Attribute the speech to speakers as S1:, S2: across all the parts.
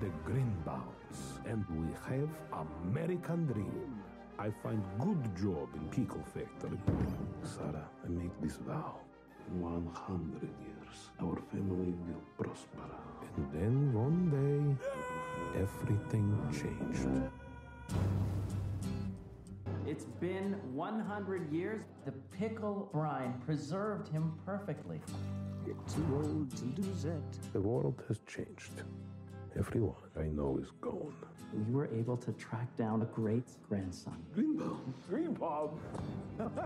S1: the green bounce, and we have American dream. I find good job in pickle factory. Sarah, I make this vow. 100 years, our family will prosper. And then one day, everything changed.
S2: It's been 100 years. The pickle brine preserved him perfectly.
S3: You're too old to lose it.
S1: The world has changed. Everyone I know is gone.
S2: You were able to track down a great grandson.
S1: Greenbaum, Greenbaum.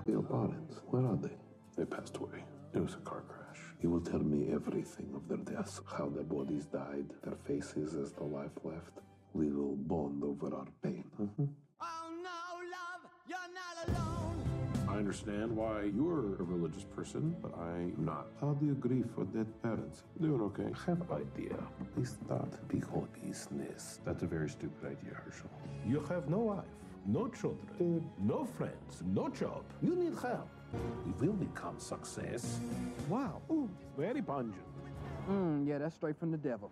S1: Your parents, where are they? They passed away. It was a car crash. He will tell me everything of their deaths, how their bodies died, their faces as the life left. We will bond over our pain.
S4: Oh no, love, you're not alone.
S1: I understand why you're a religious person, but I'm not. How do you grieve for dead parents? Doing okay. I have idea. They start big whole business. That's a very stupid idea, Herschel. You have no wife, no children, no friends, no job. You need help. You will become success. Wow. Ooh, very pungent.
S3: Yeah, that's straight from the devil.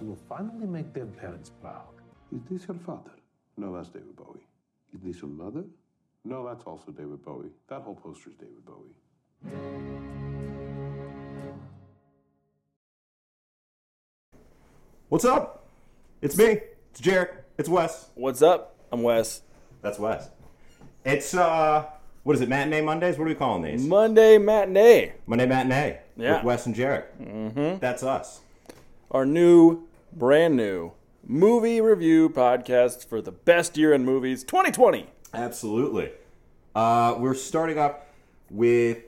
S1: You will finally make their parents proud. Is this your father? No, that's David Bowie. Is this your mother? No, that's also David Bowie. That whole poster's David Bowie.
S5: What's up? It's me. It's Jarek. It's Wes.
S6: What's up? I'm Wes.
S5: That's Wes. It's uh, what is it? Matinee Mondays? What are we calling these?
S6: Monday matinee,
S5: Monday matinee.
S6: Yeah.
S5: With Wes and Jarek. Mm-hmm. That's us.
S6: our new, brand new movie review podcast for the best year in movies 2020.
S5: Absolutely. Uh, we're starting off with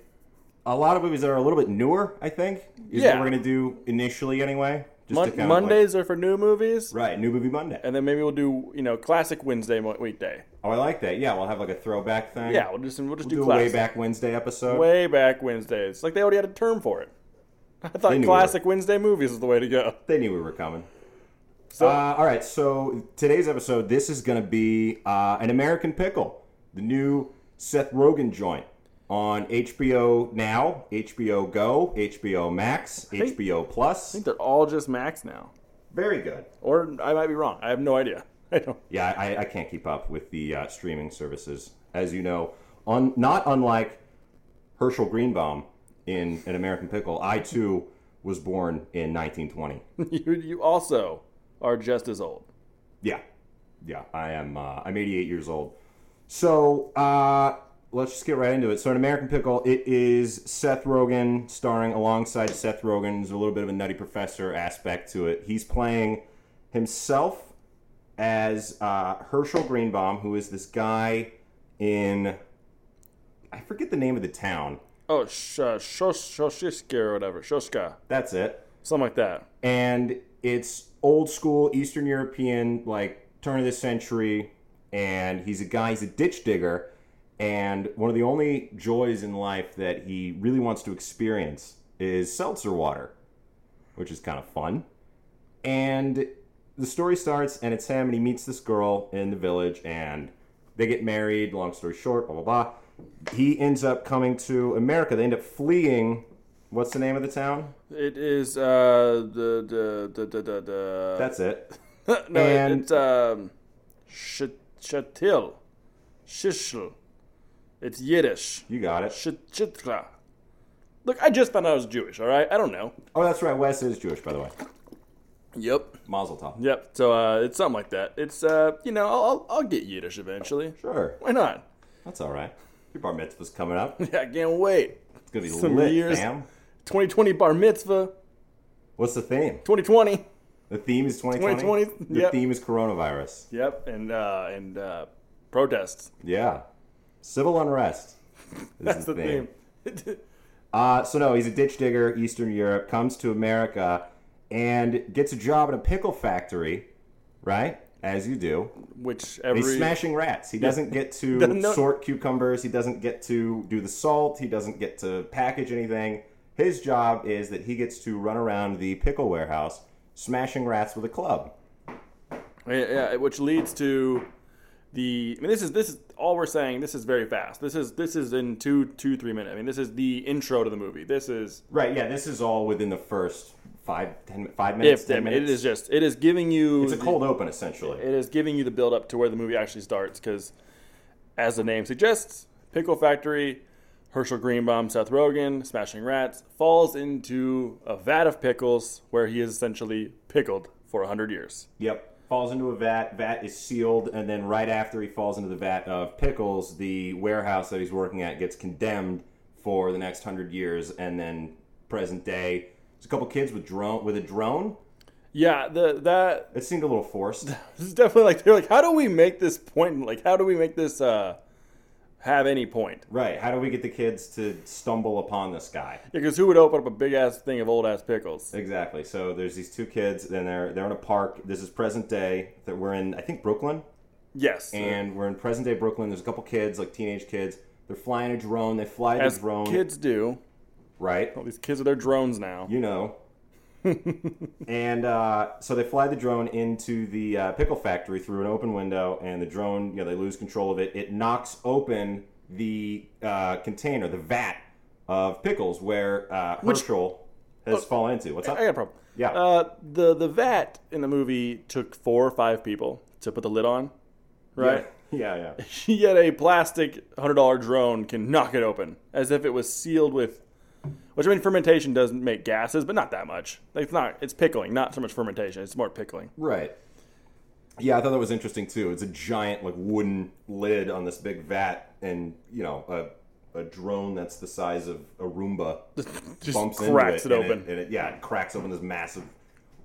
S5: a lot of movies that are a little bit newer. I think is
S6: Yeah.
S5: what we're gonna do initially anyway. Just
S6: Mon-
S5: to kind of, like-
S6: Mondays are for new movies,
S5: right? New movie Monday.
S6: and then maybe we'll do you know classic Wednesday mo- weekday.
S5: Oh, I like that. Yeah, we'll have like a throwback thing.
S6: Yeah, we'll just we'll just
S5: We'll do a way
S6: classic.
S5: back Wednesday episode.
S6: way back Wednesdays. Like they already had a term for it. I
S5: They
S6: thought
S5: knew
S6: classic Wednesday movies was the way to go.
S5: They knew we were coming.
S6: So-
S5: uh, all right. So today's episode, this is going to be uh, an American Pickle, the new Seth Rogen joint on HBO Now, HBO Go, HBO Max,
S6: think-
S5: HBO Plus.
S6: I think they're all just Max now,
S5: Very good.
S6: or I might be wrong. I have no idea. I don't.
S5: Yeah, I, I can't keep up with the uh, streaming services, as you know. On not unlike Herschel Greenbaum in An American Pickle, I too was born in 1920.
S6: You you also are just as old.
S5: Yeah, yeah. I am. Uh, I'm 88 years old. So uh, let's just get right into it. So, an American Pickle. It is Seth Rogen starring alongside Seth Rogen. There's a little bit of a Nutty Professor aspect to it. He's playing himself as uh, Herschel Greenbaum, who is this guy in I forget the name of the town.
S6: Oh, sh- uh, Shosh- Shoshishka or whatever, Shoshka,
S5: That's it.
S6: something like that.
S5: and it's old school Eastern European, like turn of the century. And he's a guy, he's a ditch digger. And one of the only joys in life that he really wants to experience is seltzer water, which is kind of fun. And the story starts, and it's him, and he meets this girl in the village, and they get married. Long story short, blah, blah, blah. He ends up coming to America. They end up fleeing. What's the name of the town?
S6: It is uh the the the the, the, the
S5: That's it.
S6: no it-
S5: and-
S6: it's um sh- shatil shishl. It's Yiddish.
S5: You got it.
S6: Sh- Shitra. Look, I just found out I was Jewish. All right, I don't know.
S5: Oh, that's right. Wes is Jewish, by the way.
S6: Yep.
S5: Mazel tov.
S6: Yep. So uh, it's something like that. It's uh you know I'll I'll, I'll get Yiddish eventually.
S5: Sure.
S6: Why not?
S5: That's all right. Your bar mitzvah's coming up. It's
S6: Yeah, I can't wait.
S5: gonna be
S6: Some
S5: lit,
S6: years.
S5: fam.
S6: 2020 bar mitzvah.
S5: What's the theme?
S6: 2020.
S5: The theme is 2020.
S6: 2020,
S5: The
S6: yep.
S5: theme is coronavirus.
S6: Yep. And uh and uh protests.
S5: Yeah. Civil unrest. is
S6: That's the theme.
S5: Uh, so no, he's a ditch digger, Eastern Europe, comes to America, and gets a job in a pickle factory, right? As you do.
S6: Which
S5: And
S6: every
S5: he's smashing rats. He doesn't get to
S6: Doesn't know-
S5: sort cucumbers. He doesn't get to do the salt. He doesn't get to package anything. His job is that he gets to run around the pickle warehouse smashing rats with a club.
S6: Yeah, yeah, which leads to the. I mean, this is this is all we're saying. This is very fast. This is this is in two two three minutes. I mean, this is the intro to the movie. This is
S5: Right, yeah, this is all within the first five, ten, five minutes.
S6: If
S5: 10
S6: I mean, it
S5: minutes.
S6: is just it is giving you
S5: it's a
S6: the-
S5: cold open essentially.
S6: it is giving you the build up to where the movie actually starts because as the name suggests pickle factory herschel greenbaum seth rogen smashing rats falls into a vat of pickles where he is essentially pickled for 100 years
S5: Yep. Falls into a vat. Vat is sealed, and then right after he falls into the vat of pickles, the warehouse that he's working at gets condemned for the next hundred years, and then present day. There's a couple kids with drone with a drone.
S6: yeah the that
S5: It seemed a little forced.
S6: this is definitely like they're like how do we make this point like how do we make this uh have any point
S5: right. How do we get the kids to stumble upon this guy?
S6: because who would open up a big ass thing of old ass pickles
S5: Exactly. So there's these two kids, and they're they're in a park. This is present day. That we're in, I think Brooklyn,
S6: yes
S5: and we're in present day Brooklyn. There's a couple kids, like teenage kids. They're flying a drone. They fly
S6: as
S5: the drone,
S6: kids do
S5: right?
S6: all these kids with their drones now
S5: You know. and uh, so they fly the drone into the uh, pickle factory through an open window, and the drone, you know, they lose control of it. It knocks open the uh, container, the vat of pickles where uh, Herschel has fallen into. What's up?
S6: Oh. I got a problem.
S5: Yeah.
S6: Uh, the the vat in the movie took four or five people to put the lid on, right?
S5: Yeah, yeah. yeah.
S6: Yet a plastic hundred dollar drone can knock it open as if it was sealed with. Which I mean, fermentation doesn't make gases, but not that much. Like, it's not. It's pickling, not so much fermentation. It's more pickling.
S5: Right. Yeah, I thought that was interesting too. It's a giant like wooden lid on this big vat, and you know a a drone that's the size of a Roomba
S6: Just
S5: bumps
S6: cracks
S5: into
S6: it
S5: it, and
S6: open.
S5: and it, yeah, it cracks open this massive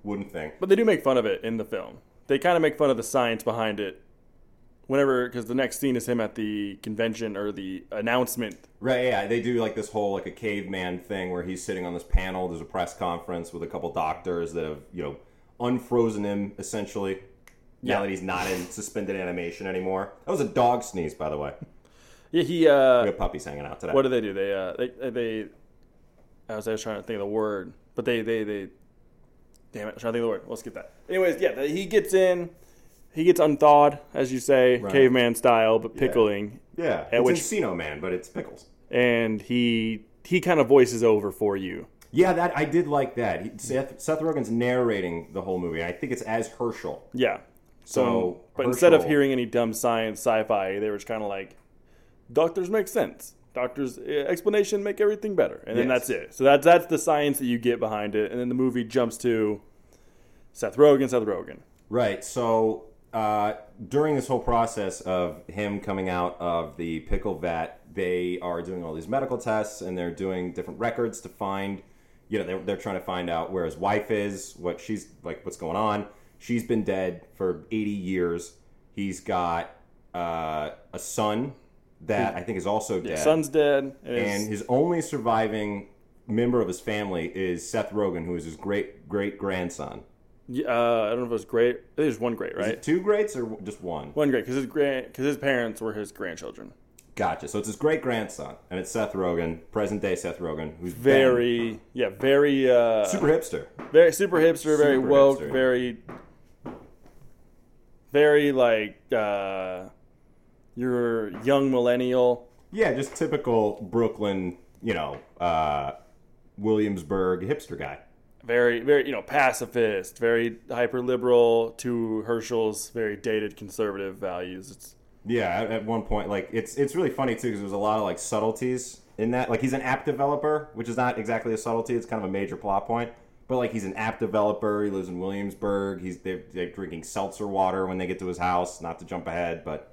S5: wooden thing.
S6: But they do make fun of it in the film. They kind of make fun of the science behind it. Whenever, because the next scene is him at the convention or the announcement
S5: Right? Yeah, they do like this whole like a caveman thing where he's sitting on this panel. There's a press conference with a couple doctors that have you know unfrozen him essentially.
S6: Yeah.
S5: Now that he's not in suspended animation anymore. That was a dog sneeze, by the way.
S6: Yeah, he. Uh,
S5: We have puppies hanging out today.
S6: What do they do? They uh, they they. I was, I was trying to think of the word, but they they they. Damn it! I was trying to think of the word. Let's get that. Anyways, yeah, the, he gets in. He gets unthawed, as you say,
S5: Right.
S6: caveman style, but pickling,
S5: Yeah,
S6: At
S5: it's
S6: which-
S5: Encino Man, but it's pickles.
S6: and he he kind of voices over for you.
S5: Yeah, that I did like that. He, Seth, Seth Rogen's narrating the whole movie. I think it's as Herschel.
S6: Yeah.
S5: So,
S6: but instead of
S5: Herschel-
S6: hearing any dumb science sci-fi, they were just kind of like, "Doctors make sense. Doctors' eh, explanation make everything better." And then
S5: Yes.
S6: that's it. So that's that's the science that you get behind it. And then the movie jumps to Seth Rogen, Seth Rogen.
S5: Right. So uh, during this whole process of him coming out of the pickle vat, they are doing all these medical tests and they're doing different records to find, you know, they're, they're trying to find out where his wife is, what she's like, what's going on. She's been dead for 80 years. He's got uh, a son that I think is also dead.
S6: His son's dead, and, his-
S5: and his only surviving member of his family is Seth Rogen, who is his great great grandson.
S6: uh, I don't know if it was great. There's one great,
S5: Is
S6: right?
S5: it two greats or just one?
S6: One great because his grand because his parents were his grandchildren.
S5: Gotcha. So it's his great grandson, and it's Seth Rogen, present day Seth Rogen, who's been
S6: Very, yeah, very, uh,
S5: super hipster.
S6: very super hipster, very
S5: Super
S6: woke,
S5: hipster.
S6: very, very like uh, your young millennial.
S5: Yeah, just typical Brooklyn, you know, uh, Williamsburg hipster guy.
S6: Very, very, you know, pacifist, very hyper liberal to Herschel's very dated conservative values. It's,
S5: Yeah, at, at one point, like it's it's really funny too because there's a lot of like subtleties in that. Like he's an app developer, which is not exactly a subtlety; it's kind of a major plot point. But like he's an app developer. He lives in Williamsburg. He's they're, they're drinking seltzer water when they get to his house. Not to jump ahead, but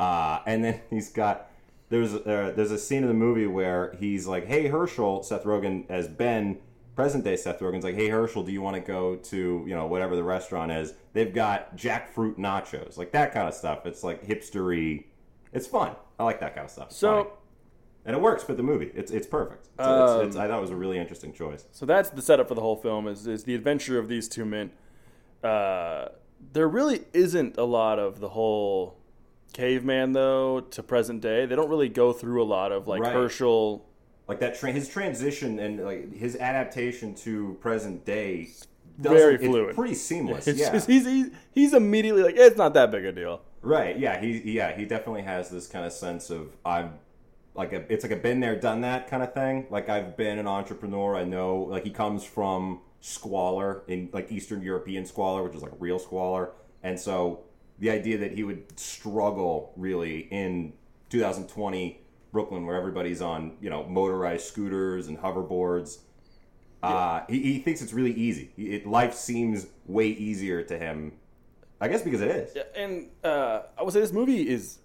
S5: uh, and then he's got there's uh, there's a scene in the movie where he's like, "Hey Herschel," Seth Rogen as Ben, present day Seth Rogen's like, "Hey Herschel, do you want to go to you know whatever the restaurant is? They've got jackfruit nachos, like that kind of stuff. It's like hipstery. It's fun. I like that kind of stuff. It's
S6: So-
S5: funny. and it works for the movie. It's it's perfect. So it's,
S6: Um,
S5: it's, I thought it was a really interesting choice.
S6: So that's the setup for the whole film is, is the adventure of these two men. Uh, there really isn't a lot of the whole caveman though to present day. They don't really go through a lot of like
S5: Right.
S6: Herschel.
S5: Like that tra- his transition and like his adaptation to present day. doesn't-
S6: Very
S5: it's
S6: fluid.
S5: pretty seamless.
S6: It's
S5: yeah.
S6: just- he's, he's he's immediately like it's not that big a deal.
S5: Right. Yeah. He. Yeah. He definitely has this kind of sense of I'm like a. It's like a been there, done that kind of thing. Like I've been an entrepreneur. I know. Like he comes from squalor in like Eastern European squalor, which is like real squalor. And so the idea that he would struggle really in 2020 Brooklyn, where everybody's on you know motorized scooters and hoverboards, uh, he, he thinks it's really easy. He- It, life seems way easier to him. I guess because it is.
S6: Yeah, and uh, I would say this movie is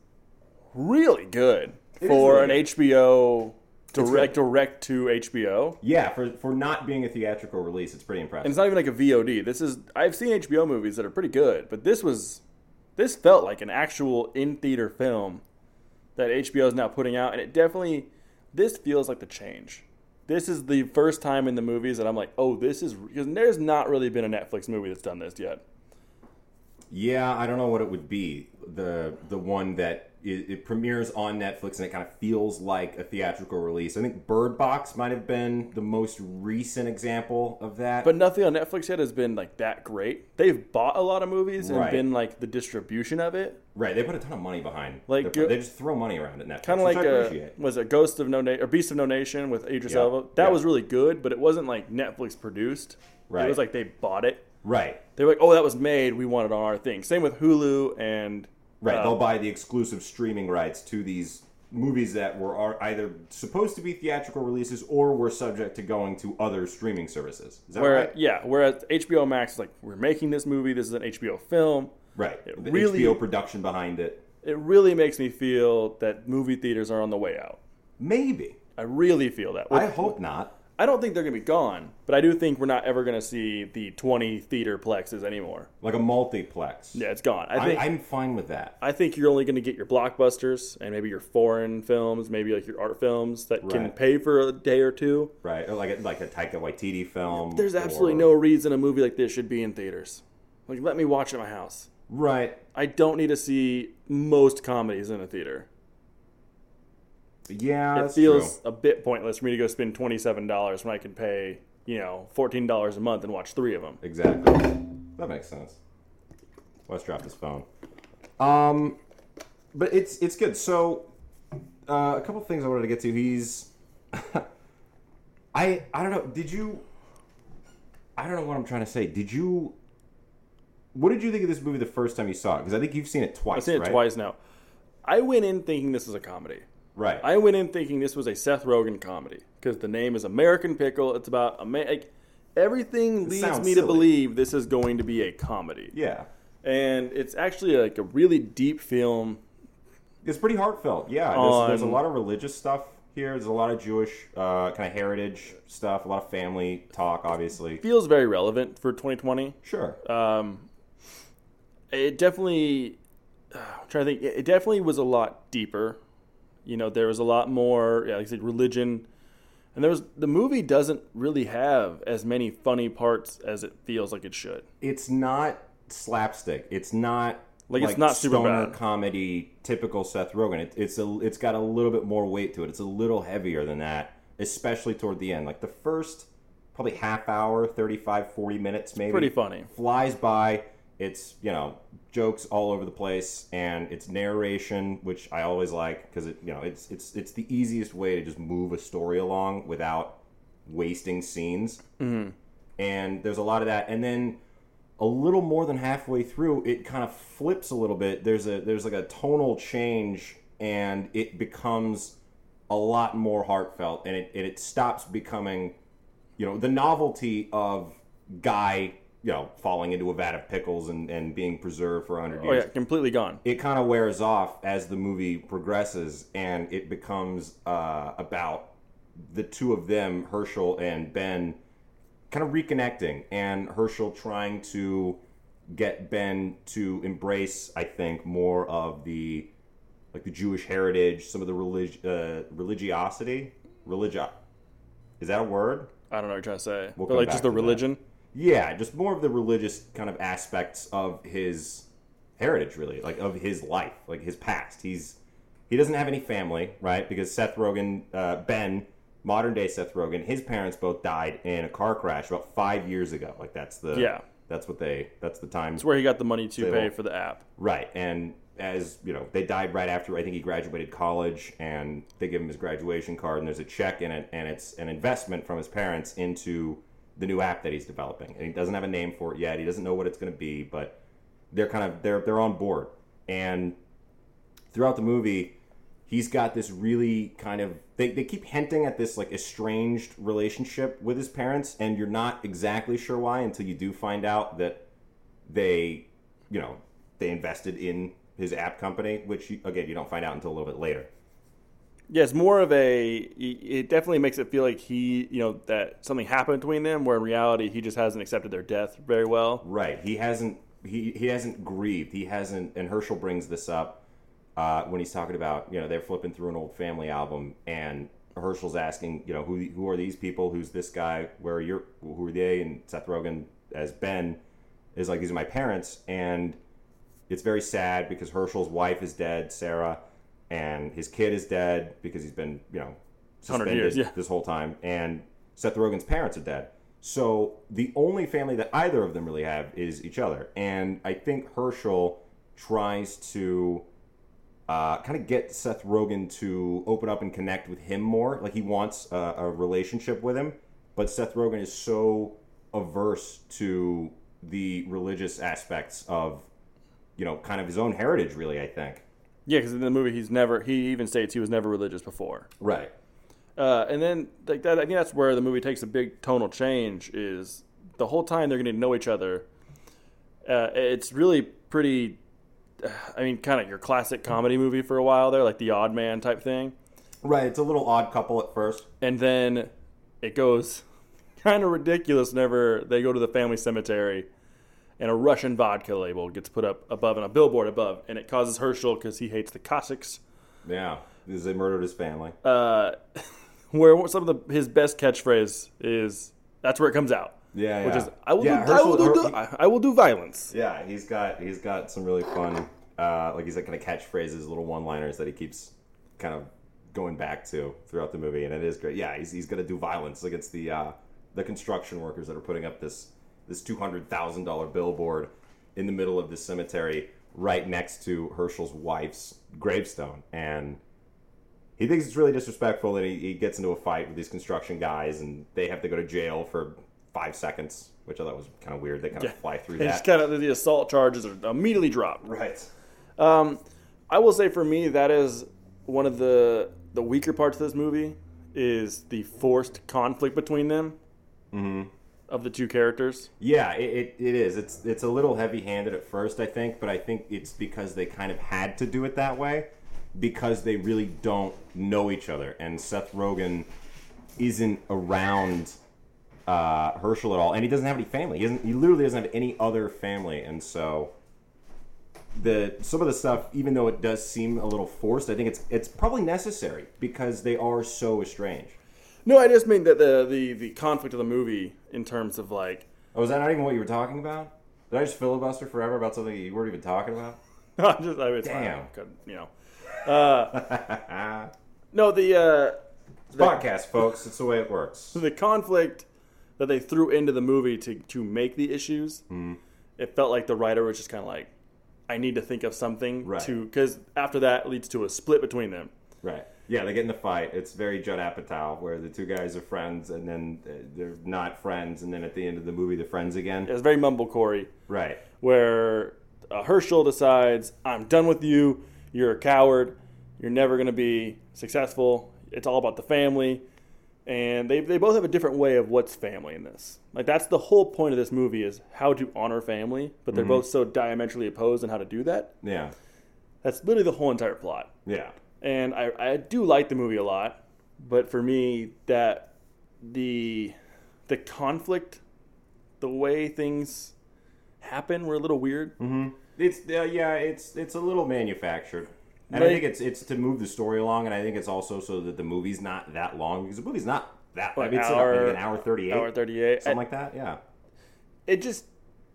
S6: really good
S5: is
S6: for
S5: really
S6: an HBO
S5: good.
S6: direct direct to HBO.
S5: Yeah, for for not being a theatrical release, it's pretty impressive.
S6: And it's not even like a VOD. This is I've seen HBO movies that are pretty good, but this was this felt like an actual in theater film that HBO is now putting out, and it definitely this feels like the change. This is the first time in the movies that I'm like, oh, this is because there's not really been a Netflix movie that's done this yet.
S5: Yeah, I don't know what it would be. The the one that it, it premieres on Netflix and it kind of feels like a theatrical release. I think Bird Box might have been the most recent example of that.
S6: But nothing on Netflix yet has been like that great. They've bought a lot of movies and
S5: Right.
S6: been like the distribution of it,
S5: right, they put a ton of money behind.
S6: Like,
S5: their-
S6: go-
S5: they just throw money around at Netflix,
S6: kind of
S5: which
S6: like uh,
S5: I
S6: a,
S5: appreciate.
S6: was it Ghost of No Na- or Beast of No Nation with Idris
S5: Yeah.
S6: Elba. That
S5: Yeah.
S6: was really good, but it wasn't like Netflix produced.
S5: Right.
S6: It was like they bought it.
S5: right,
S6: They were like, "Oh, that was made. We want it on our thing." Same with Hulu and
S5: right.
S6: uh,
S5: They'll buy the exclusive streaming rights to these movies that were are either supposed to be theatrical releases or were subject to going to other streaming services. Is that
S6: where
S5: right?
S6: yeah, whereas HBO Max is like, "We're making this movie. This is an HBO film."
S5: Right.
S6: It
S5: The
S6: really-
S5: HBO production behind it.
S6: It really makes me feel that movie theaters are on the way out.
S5: Maybe.
S6: I really feel that.
S5: I hope not.
S6: I don't think they're going to be gone, but I do think we're not ever going to see the 20 theater plexes anymore.
S5: like a multiplex.
S6: Yeah, it's gone. I
S5: I
S6: think
S5: I, am fine with that.
S6: I think you're only going to get your blockbusters and maybe your foreign films, maybe like your art films that can
S5: Right.
S6: pay for a day or two.
S5: Right, or like a, like a Taika Waititi film.
S6: There's absolutely
S5: or-
S6: no reason a movie like this should be in theaters. Like, let me watch it at my house.
S5: right.
S6: I don't need to see most comedies in a theater.
S5: Yeah,
S6: It
S5: that's
S6: feels
S5: true.
S6: a bit pointless for me to go spend twenty-seven dollars when I can pay, you know, fourteen dollars a month and watch three of them.
S5: exactly. That makes sense. Let's drop this phone. Um, but it's it's good. So, uh, a couple things I wanted to get to. He's, I I don't know. Did you? I don't know what I'm trying to say. Did you? What did you think of this movie the first time you saw it? Because I think you've seen it twice.
S6: I've seen it
S5: right?
S6: twice now. I went in thinking this was a comedy.
S5: Right.
S6: I went in thinking this was a Seth Rogen comedy because the name is American Pickle. It's about a like, everything leads
S5: sounds
S6: me to
S5: silly.
S6: believe this is going to be a comedy,
S5: yeah.
S6: and it's actually like a really deep film.
S5: It's pretty heartfelt. Yeah, there's, there's a lot of religious stuff here. There's a lot of Jewish uh, kind of heritage stuff. A lot of family talk, obviously.
S6: Feels very relevant for 2020.
S5: Sure.
S6: It definitely, I'm trying to think, it it definitely was a lot deeper. You know, there was a lot more, yeah, like I said, religion, and there was the movie doesn't really have as many funny parts as it feels like it should.
S5: it's not slapstick. It's not
S6: Like, it's not super
S5: stoner
S6: bad.
S5: comedy, typical Seth Rogen. It, it's a, it's got a little bit more weight to it. It's a little heavier than that, especially toward the end. Like the first probably half hour, 35, 40 minutes, maybe.
S6: pretty funny.
S5: Flies by. It's you know jokes all over the place, and it's narration, which I always like because it you know it's it's it's the easiest way to just move a story along without wasting scenes.
S6: Mm-hmm.
S5: And there's a lot of that, and then a little more than halfway through it kind of flips a little bit there's a there's like a tonal change and it becomes a lot more heartfelt and it, and it stops becoming you know the novelty of guy you know falling into a vat of pickles and, and being preserved for 100
S6: Oh
S5: years
S6: yeah, completely gone.
S5: it kind of wears off as the movie progresses and it becomes uh, about the two of them herschel and ben kind of reconnecting and herschel trying to get ben to embrace i think more of the like the jewish heritage some of the relig- uh, religiosity religia is that a word
S6: I don't know what you're trying to say.
S5: We'll
S6: but
S5: come
S6: like just
S5: back
S6: the
S5: to that.
S6: religion.
S5: yeah just more of the religious kind of aspects of his heritage really like of his life like his past he's he doesn't have any family right because seth rogen uh, ben modern day seth rogen his parents both died in a car crash about five years ago like that's the
S6: Yeah.
S5: that's what they that's the time
S6: It's where he got the money to
S5: They
S6: pay
S5: won't.
S6: for the app.
S5: Right, and as you know, they died right after I think he graduated college, and they give him his graduation card, and there's a check in it, and it's an investment from his parents into the new app that he's developing, and he doesn't have a name for it yet. He doesn't know what it's going to be, but they're kind of they're they're on board. And throughout the movie, he's got this really kind of they, they keep hinting at this like estranged relationship with his parents, and you're not exactly sure why until you do find out that they you know they invested in his app company, which you, again you don't find out until a little bit later.
S6: Yeah, it's more of a. It definitely makes it feel like he, you know, that something happened between them, where in reality he just hasn't accepted their death very well.
S5: Right. He hasn't he he hasn't grieved. He hasn't. And Herschel brings this up uh, when he's talking about you know they're flipping through an old family album and Herschel's asking you know who who are these people? Who's this guy? Where are your who are they? And Seth Rogen as Ben is like these are my parents and it's very sad because Herschel's wife is dead, Sarah, and his kid is dead because he's been, you know,
S6: 100
S5: suspended
S6: years, yeah.
S5: this whole time. And Seth Rogen's parents are dead. So the only family that either of them really have is each other. And I think Herschel tries to uh, kind of get Seth Rogen to open up and connect with him more. Like he wants a, a relationship with him, but Seth Rogen is so averse to the religious aspects of, you know, kind of his own heritage. Really, I think.
S6: Yeah, because in the movie he's never. He even states he was never religious before.
S5: Right.
S6: Uh, and then like that, I think that's where the movie takes a big tonal change. Is the whole time they're going to know each other. Uh, it's really pretty. uh, I mean, kind of your classic comedy movie for a while there, like the Odd Man type thing,
S5: Right. It's a little odd couple at first.
S6: and then it goes kind of ridiculous. Whenever they go to the family cemetery, and a Russian vodka label gets put up above and a billboard above, and it causes Herschel because he hates the Cossacks.
S5: Yeah. Because they murdered his family.
S6: uh, where some of the his best catchphrase is that's where it comes out.
S5: Yeah,
S6: which
S5: yeah.
S6: is I will
S5: Yeah,
S6: do, I will
S5: Herschel-
S6: do,
S5: Her-
S6: I- I will do violence.
S5: yeah. He's got he's got some really fun uh, like he's like kind of catchphrases, little one liners that he keeps kind of going back to throughout the movie, and it is great. Yeah. He's he's gonna do violence against the uh, the construction workers that are putting up this this two hundred thousand dollar billboard in the middle of this cemetery right next to Herschel's wife's gravestone, and he thinks it's really disrespectful that he, he gets into a fight with these construction guys and they have to go to jail for five seconds, which I thought was kind of weird. They kind of fly through
S6: They
S5: that.
S6: just kind of the assault charges are immediately dropped.
S5: right.
S6: Um, I will say for me that is one of the the weaker parts of this movie is the forced conflict between them Mm-hmm. of the two characters.
S5: Yeah, it, it, it is. It's it's a little heavy handed at first, I think, but I think it's because they kind of had to do it that way because they really don't know each other. And Seth Rogen isn't around uh, Herschel at all, and he doesn't have any family. He doesn't. He literally doesn't have any other family, and so the some of the stuff, even though it does seem a little forced, I think it's it's probably necessary because they are so estranged.
S6: No, I just mean that the the the conflict of the movie in terms of like
S5: Oh, is that not even what you were talking about? Did I just filibuster forever about something you weren't even talking about?
S6: I'm just, I mean, it's
S5: Damn.
S6: fine. Could- you know. Uh, no, the uh,
S5: podcast, folks. It's the way it works.
S6: the conflict that they threw into the movie to to make the issues, it felt like the writer was just kind of like, I need to think of something
S5: Right.
S6: to because after that leads to a split between them.
S5: Right. Yeah, they get in the fight. It's very Judd Apatow, where the two guys are friends, and then uh, they're not friends, and then at the end of the movie, they're friends again.
S6: It's very mumblecore,
S5: Right.
S6: where uh, Herschel decides, I'm done with you. You're a coward. You're never going to be successful. It's all about the family. And they, they both have a different way of what's family in this. Like, that's the whole point of this movie is how to honor family, but they're both so diametrically opposed on how to do that.
S5: Yeah.
S6: That's literally the whole entire plot.
S5: Yeah.
S6: And I, I do like the movie a lot, but for me, that the the conflict, the way things happen were a little weird.
S5: It's uh, yeah. It's it's a little manufactured, and I
S6: Like-
S5: think it's it's to move the story along, and I think it's also so that the movie's not that long because the movie's not that. I
S6: Like
S5: mean, it's
S6: hour-
S5: like an hour thirty-eight,
S6: Hour 38.
S5: something like that. Yeah.
S6: it just,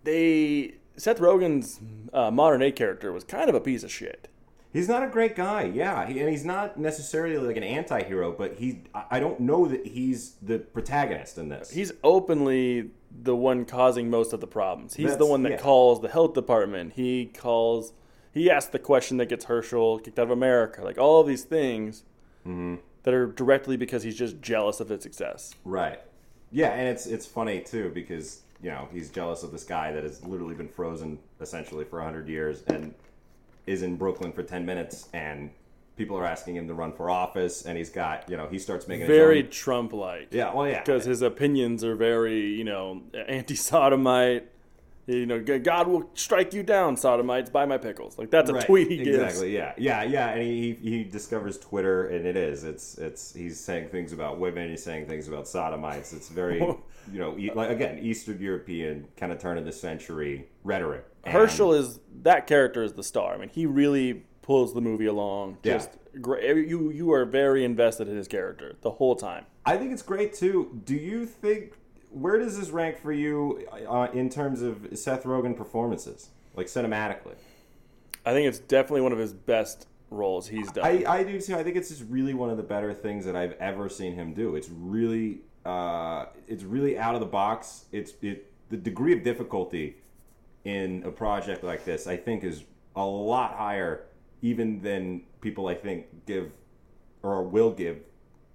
S6: they, Seth Rogen's uh, modern day character was kind of a piece of shit.
S5: He's not a great guy, yeah, he, and he's not necessarily like an anti-hero, but he I I don't know that he's the protagonist in this.
S6: He's openly the one causing most of the problems. He's the
S5: That's-
S6: one that
S5: yeah.
S6: calls the health department. He calls, he asks the question that gets Herschel kicked out of America. Like all of
S5: Mm-hmm.
S6: these things that are directly because he's just jealous of his success.
S5: right. Yeah, and it's it's funny too because you know he's jealous of this guy that has literally been frozen essentially for hundred years and is in Brooklyn for ten minutes, and people are asking him to run for office, and he's got you know he starts making his
S6: Very
S5: own-
S6: Trump like.
S5: yeah, well, yeah,
S6: Because his opinions are very, you know, anti sodomite. You know, "G- God will strike you down, sodomites. Buy my pickles. Like that's a
S5: Right,
S6: tweet he
S5: exactly.
S6: gives.
S5: Yeah, yeah, yeah. And he, he he discovers Twitter, and it is. It's it's he's saying things about women. He's saying things about sodomites. It's very you know e- like again Eastern European kind of turn of the century rhetoric. And-
S6: Herschel is that character is the star. I mean, he really pulls the movie along.
S5: Yeah.
S6: Just great. You you are very invested in his character the whole time.
S5: I think it's great too. Do you think where does this rank for you uh, in terms of Seth Rogen performances, like cinematically?
S6: I think it's definitely one of his best roles he's done.
S5: I, I do too. I think it's just really one of the better things that I've ever seen him do. It's really uh, it's really out of the box. It's it the degree of difficulty in a project like this I think is a lot higher even than people I think give or will give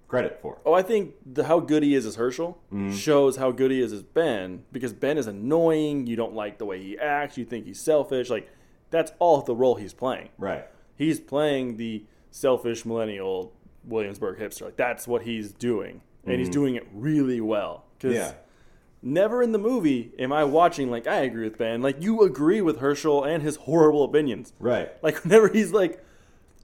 S5: credit for.
S6: Oh, I think the, how good he is as Herschel
S5: Mm-hmm.
S6: shows how good he is as Ben because Ben is annoying. You don't like the way he acts. You think he's selfish. Like that's all the role he's playing.
S5: Right.
S6: He's playing the selfish millennial Williamsburg hipster. Like that's what he's doing, and he's doing it really well. 'Cause
S5: Mm-hmm. Yeah.
S6: never in the movie am I watching like I agree with Ben. Like you agree with Herschel and his horrible opinions.
S5: Right.
S6: Like whenever he's like,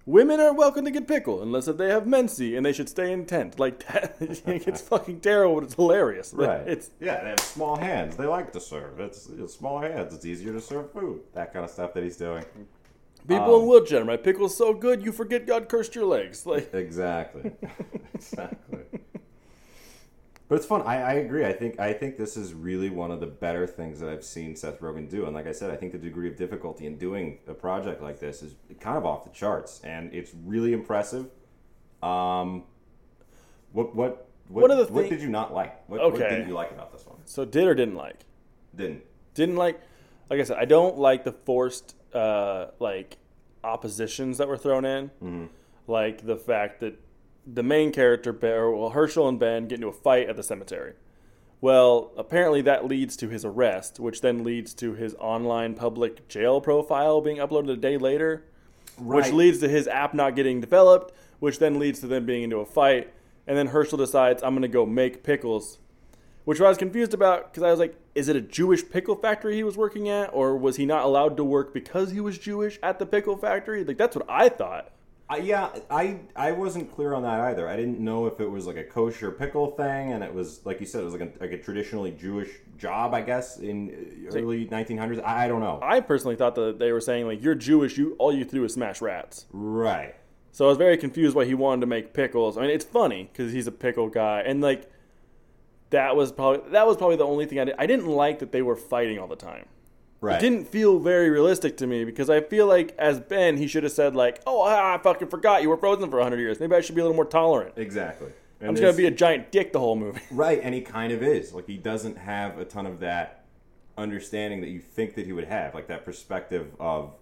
S6: "Women are welcome to get pickle unless that they have menses and they should stay in tent." Like that, it's fucking terrible. But it's hilarious. Like,
S5: Right.
S6: It's
S5: yeah, they have small hands. They like to serve. It's, it's smaller hands. It's easier to serve food. That kind of stuff that he's doing.
S6: people
S5: Um,
S6: in Wiltshire. My pickle's so good, you forget God cursed your legs. Like
S5: Exactly. exactly. But it's fun. I, I agree. I think I think this is really one of the better things that I've seen Seth Rogen do. And like I said, I think the degree of difficulty in doing a project like this is kind of off the charts, and it's really impressive. Um, what what what
S6: One of the
S5: what
S6: thing-
S5: did you not like? What, what
S6: Okay.
S5: didn't you like about this one?
S6: so, did or didn't like?
S5: Didn't.
S6: Didn't like. Like I said, I don't like the forced uh, like oppositions that were thrown in. Like the fact that the main character, Bear, well, Herschel and Ben get into a fight at the cemetery. Well, apparently that leads to his arrest, which then leads to his online public jail profile being uploaded a day later, which
S5: Right.
S6: leads to his app not getting developed, which then leads to them being into a fight. And then Herschel decides, I'm going to go make pickles, which I was confused about because I was like, is it a Jewish pickle factory he was working at? Or was he not allowed to work because he was Jewish at the pickle factory? Like, that's what I thought.
S5: I yeah, I I wasn't clear on that either. I didn't know if it was like a kosher pickle thing, and it was like you said, it was like a, like a traditionally Jewish job, I guess, in uh, early 1900s. I, I don't know.
S6: I personally thought that they were saying, like, you're Jewish, you all you do is smash rats.
S5: Right.
S6: So I was very confused why he wanted to make pickles. I mean, it's funny because he's a pickle guy, and like that was probably that was probably the only thing I did. I didn't like that they were fighting all the time.
S5: Right.
S6: It didn't feel very realistic to me because I feel like as Ben, he should have said like, "Oh, ah, I fucking forgot you were frozen for 100 years. Maybe I should be a little more tolerant."
S5: exactly. And
S6: I'm just gonna
S5: there's-
S6: be a giant dick the whole movie.
S5: right, and he kind of is. Like he doesn't have a ton of that understanding that you think that he would have, like that perspective of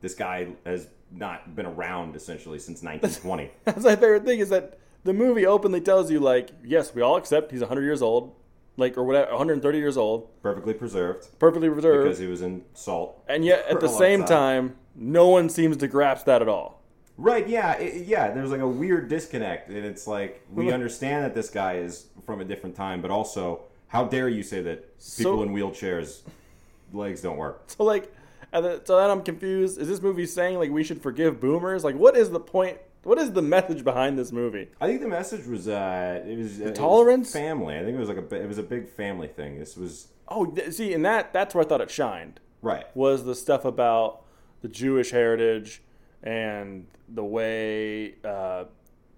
S5: this guy has not been around essentially since 1920.
S6: That's my favorite thing is that the movie openly tells you like, "Yes, we all accept he's 100 years old, like or whatever, 130 years old,
S5: Perfectly preserved
S6: perfectly reserved."
S5: because he was in salt
S6: And yet,
S5: for
S6: at
S5: a
S6: the
S5: long
S6: same
S5: time.
S6: time, no one seems to grasp that at all.
S5: Right, yeah, it, yeah. There's like a weird disconnect, and it's like we understand that this guy is from a different time, but also, how dare you say that people
S6: So-
S5: in wheelchairs legs don't work?
S6: So, like, and then- so then I'm confused. Is this movie saying like we should forgive boomers? Like, what is the point? What is the message behind this movie?
S5: I think the message was uh, it was the
S6: tolerance?
S5: family. I think it was like a bi- it was a big family thing. This was
S6: Oh, th- see, and that that's where I thought it shined
S5: right,
S6: was the stuff about the Jewish heritage and the way uh,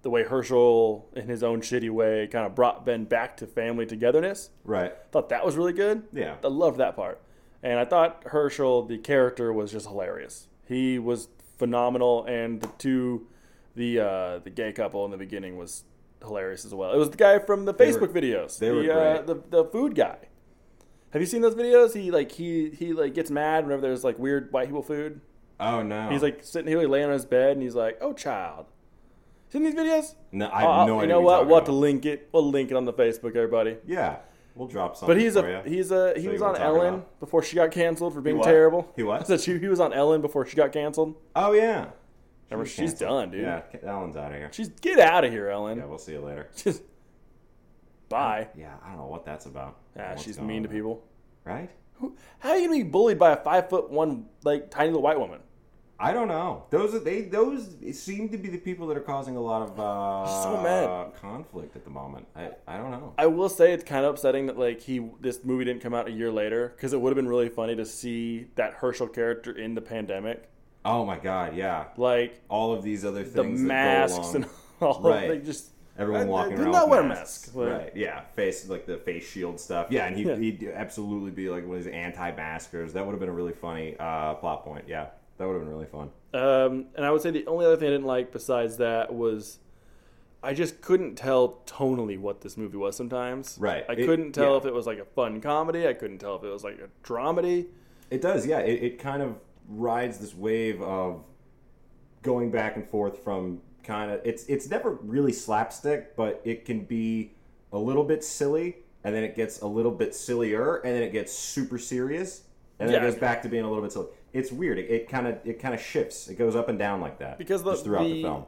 S6: the way Herschel, in his own shitty way, kind of brought Ben back to family togetherness.
S5: right,
S6: thought that was really good.
S5: Yeah.
S6: I loved that part. And I thought Herschel, the character, was just hilarious. He was phenomenal, and the two, the uh, the gay couple in the beginning was hilarious as well. It was the guy from the
S5: were-
S6: Facebook videos.
S5: they were
S6: the, uh,
S5: great.
S6: the the food guy. Have you seen those videos? He like he he like gets mad whenever there's like weird white people food.
S5: Oh no,
S6: He's like sitting here, like, laying on his bed, and he's like, "Oh, child." Seen these videos?
S5: no, I have
S6: I'll-
S5: no idea.
S6: "Uh, You
S5: what you're
S6: know what?
S5: talking
S6: We'll have to
S5: about.
S6: link it. We'll link it on the Facebook, everybody.
S5: Yeah, We'll drop something.
S6: But he's
S5: for
S6: a
S5: ya.
S6: he's
S5: Oh, So
S6: a he was
S5: you
S6: on
S5: wanna talk
S6: Ellen
S5: about-
S6: before she got canceled for being
S5: what?
S6: terrible.
S5: He what?
S6: So she, he was on Ellen before she got canceled.
S5: Oh yeah.
S6: Remember,
S5: She's
S6: she's
S5: canceled.
S6: done, dude.
S5: Yeah, Ellen's out of here.
S6: She's get out of here, Ellen.
S5: Yeah, we'll see you later.
S6: Just bye.
S5: Yeah, I don't know what that's about.
S6: Ah,
S5: What's
S6: she's
S5: going
S6: mean to
S5: on.
S6: people.
S5: Right?
S6: How are you gonna be bullied by a five foot one like tiny little white woman?
S5: I don't know. Those are they. Those seem to be the people that are causing a lot of uh,
S6: so mad.
S5: conflict at the moment. I, I don't know.
S6: I will say it's kind of upsetting that like he this movie didn't come out a year later because it would have been really funny to see that Herschel character in the pandemic,
S5: oh my god, yeah.
S6: like
S5: All of these other
S6: the
S5: things, that go
S6: masks
S5: along.
S6: and all
S5: Right.
S6: like just
S5: everyone
S6: Uh,
S5: walking
S6: did
S5: around.
S6: not
S5: with
S6: wear
S5: masks.
S6: masks, like-
S5: right? Yeah, face like the face shield stuff. Yeah, and he,
S6: Yeah.
S5: he'd absolutely be like one of these anti-maskers. That would have been a really funny uh, plot point. Yeah, that would have been really fun.
S6: Um, and I would say the only other thing I didn't like besides that was I just couldn't tell tonally what this movie was sometimes.
S5: Right.
S6: I
S5: It-
S6: couldn't tell
S5: yeah.
S6: if it was like a fun comedy. I couldn't tell if it was like a dramedy.
S5: It does, yeah. It, it kind of rides this wave of going back and forth from kind of it's it's never really slapstick, but it can be a little bit silly, and then it gets a little bit sillier, and then it gets super serious, and then
S6: Yeah.
S5: it goes back to being a little bit silly. It's weird. It kind of it kind of shifts. It goes up and down like that
S6: Because the,
S5: just throughout the,
S6: the,
S5: film.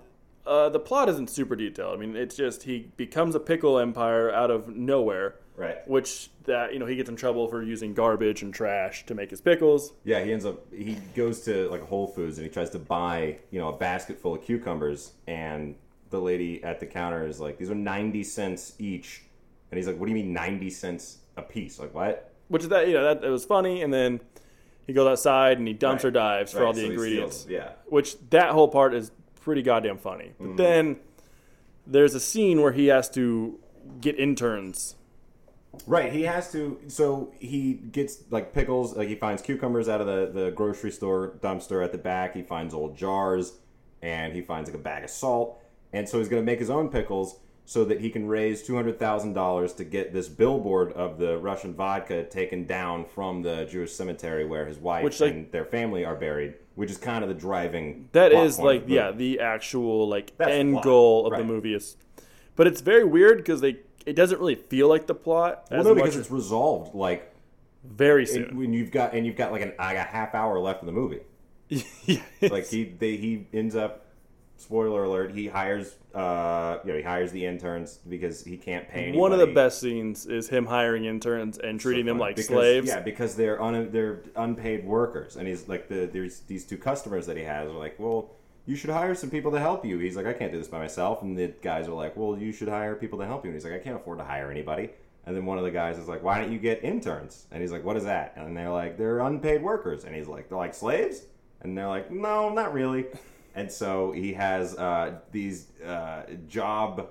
S6: Uh, the plot isn't super detailed. I mean, it's just he becomes a pickle empire out of nowhere.
S5: Right.
S6: Which that you know he gets in trouble for using garbage and trash to make his pickles.
S5: Yeah, he ends up he goes to like Whole Foods and he tries to buy you know a basket full of cucumbers, and the lady at the counter is like, "These are ninety cents each," and he's like, "What do you mean ninety cents a piece? Like what?"
S6: Which is that you know that it was funny, and then he goes outside and he dumps
S5: Right.
S6: her dives for
S5: Right,
S6: all the
S5: so he steals
S6: ingredients.
S5: them, Yeah,
S6: which that whole part is pretty goddamn funny. But
S5: Mm-hmm.
S6: then there's a scene where he has to get interns.
S5: right. He has to, so he gets like pickles. Like he finds cucumbers out of the the grocery store dumpster at the back. He finds old jars, and he finds like a bag of salt, and so he's gonna make his own pickles. So that he can raise two hundred thousand dollars to get this billboard of the Russian vodka taken down from the Jewish cemetery where his wife
S6: Which, like-
S5: and their family are buried, which is kind of the driving.
S6: That
S5: plot
S6: is
S5: point of
S6: like
S5: the movie.
S6: yeah, the actual like
S5: That's the
S6: end
S5: plot,
S6: goal of the
S5: right.
S6: movie is, but it's very weird because they it doesn't really feel like the plot
S5: Well,
S6: as
S5: no,
S6: much
S5: because it's resolved like
S6: very
S5: and
S6: soon.
S5: when you've got and you've got like an like a half hour left in the movie.
S6: yeah,
S5: Like he they, he ends up spoiler alert, he hires uh you know, he hires the interns because he can't pay anybody.
S6: one of the best scenes is him hiring interns and treating them like
S5: Because-
S6: slaves.
S5: Yeah, because they're un, they're unpaid workers and he's like the there's these two customers that he has are like, "Well, you should hire some people to help you." He's like, "I can't do this by myself." And the guys are like, "Well, you should hire people to help you." And he's like, "I can't afford to hire anybody." And then one of the guys is like, "Why don't you get interns?" And he's like, "What is that?" And they're like, "They're unpaid workers." And he's like, "They're like slaves?" And they're like, "No, not really." And so he has uh, these uh, job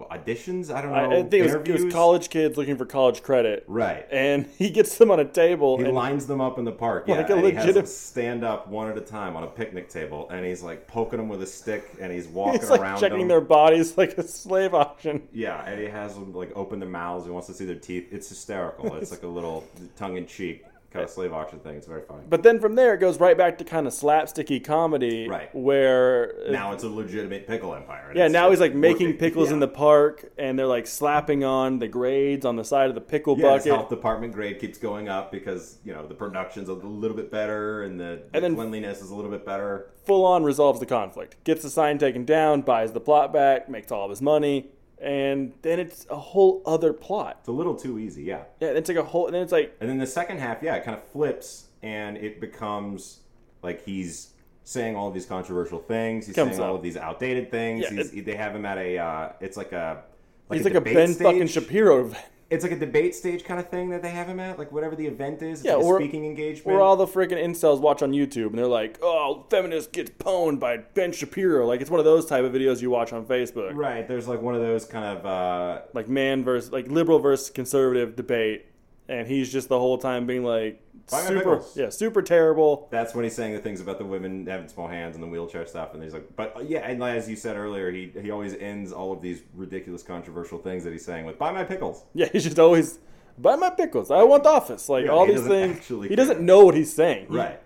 S5: auditions. I don't know.
S6: I, I think it was, it was
S5: interviews?
S6: college kids looking for college credit,
S5: Right.
S6: and he gets them on a table.
S5: He
S6: and
S5: lines them up in the park. Yeah,
S6: Like a
S5: and he has them
S6: legit-
S5: stand up one at a time on a picnic table, and he's like poking them with a stick, and he's walking
S6: He's like
S5: around
S6: checking
S5: them.
S6: their bodies like a slave auction.
S5: Yeah, and he has them like open their mouths. He wants to see their teeth. It's hysterical. It's like a little tongue in cheek kind of slave auction thing. It's very funny.
S6: But then from there, it goes right back to kind of slapsticky comedy,
S5: Right.
S6: Where uh,
S5: now it's a legitimate pickle empire. and
S6: yeah,
S5: it's,
S6: now he's like
S5: working.
S6: making pickles in
S5: Yeah.
S6: the park, and they're like slapping on the grades on the side of the pickle
S5: Yeah, his
S6: bucket.
S5: health department grade keeps going up because you know the production's a little bit better and the, the
S6: And then-
S5: cleanliness is a little bit better.
S6: Full on resolves the conflict, gets the sign taken down, buys the plot back, makes all of his money, and then it's a whole other plot.
S5: It's a little too easy, yeah.
S6: Yeah, it's like a whole, and then it's like
S5: And then the second half, yeah, it kind of flips and it becomes like he's saying all of these controversial things. He's
S6: Comes
S5: saying all
S6: up.
S5: of these outdated things.
S6: Yeah,
S5: he's, they have him at a, uh, it's like a, like
S6: he's like a
S5: debate
S6: Ben
S5: stage.
S6: fucking Shapiro event.
S5: It's like a debate stage kind of thing that they have him at, like whatever the event is. It's
S6: Yeah,
S5: like
S6: or-
S5: a speaking engagement.
S6: Where all the freaking incels watch on YouTube and they're like, oh, feminist gets pwned by Ben Shapiro. Like, it's one of those type of videos you watch on Facebook.
S5: right. There's like one of those kind of, uh,
S6: Like, man versus, like, liberal versus conservative debate. And he's just the whole time being like,
S5: Buy my
S6: super,
S5: pickles.
S6: yeah, super terrible.
S5: that's when he's saying the things about the women having small hands and the wheelchair stuff, and he's like, but uh, yeah, and as you said earlier, he he always ends all of these ridiculous, controversial things that he's saying with "buy my pickles."
S6: Yeah, he's just always, buy my pickles. I want office. Like,
S5: Yeah,
S6: all
S5: he
S6: these
S5: doesn't
S6: things.
S5: actually
S6: He
S5: care.
S6: doesn't know what he's saying. He-
S5: Right.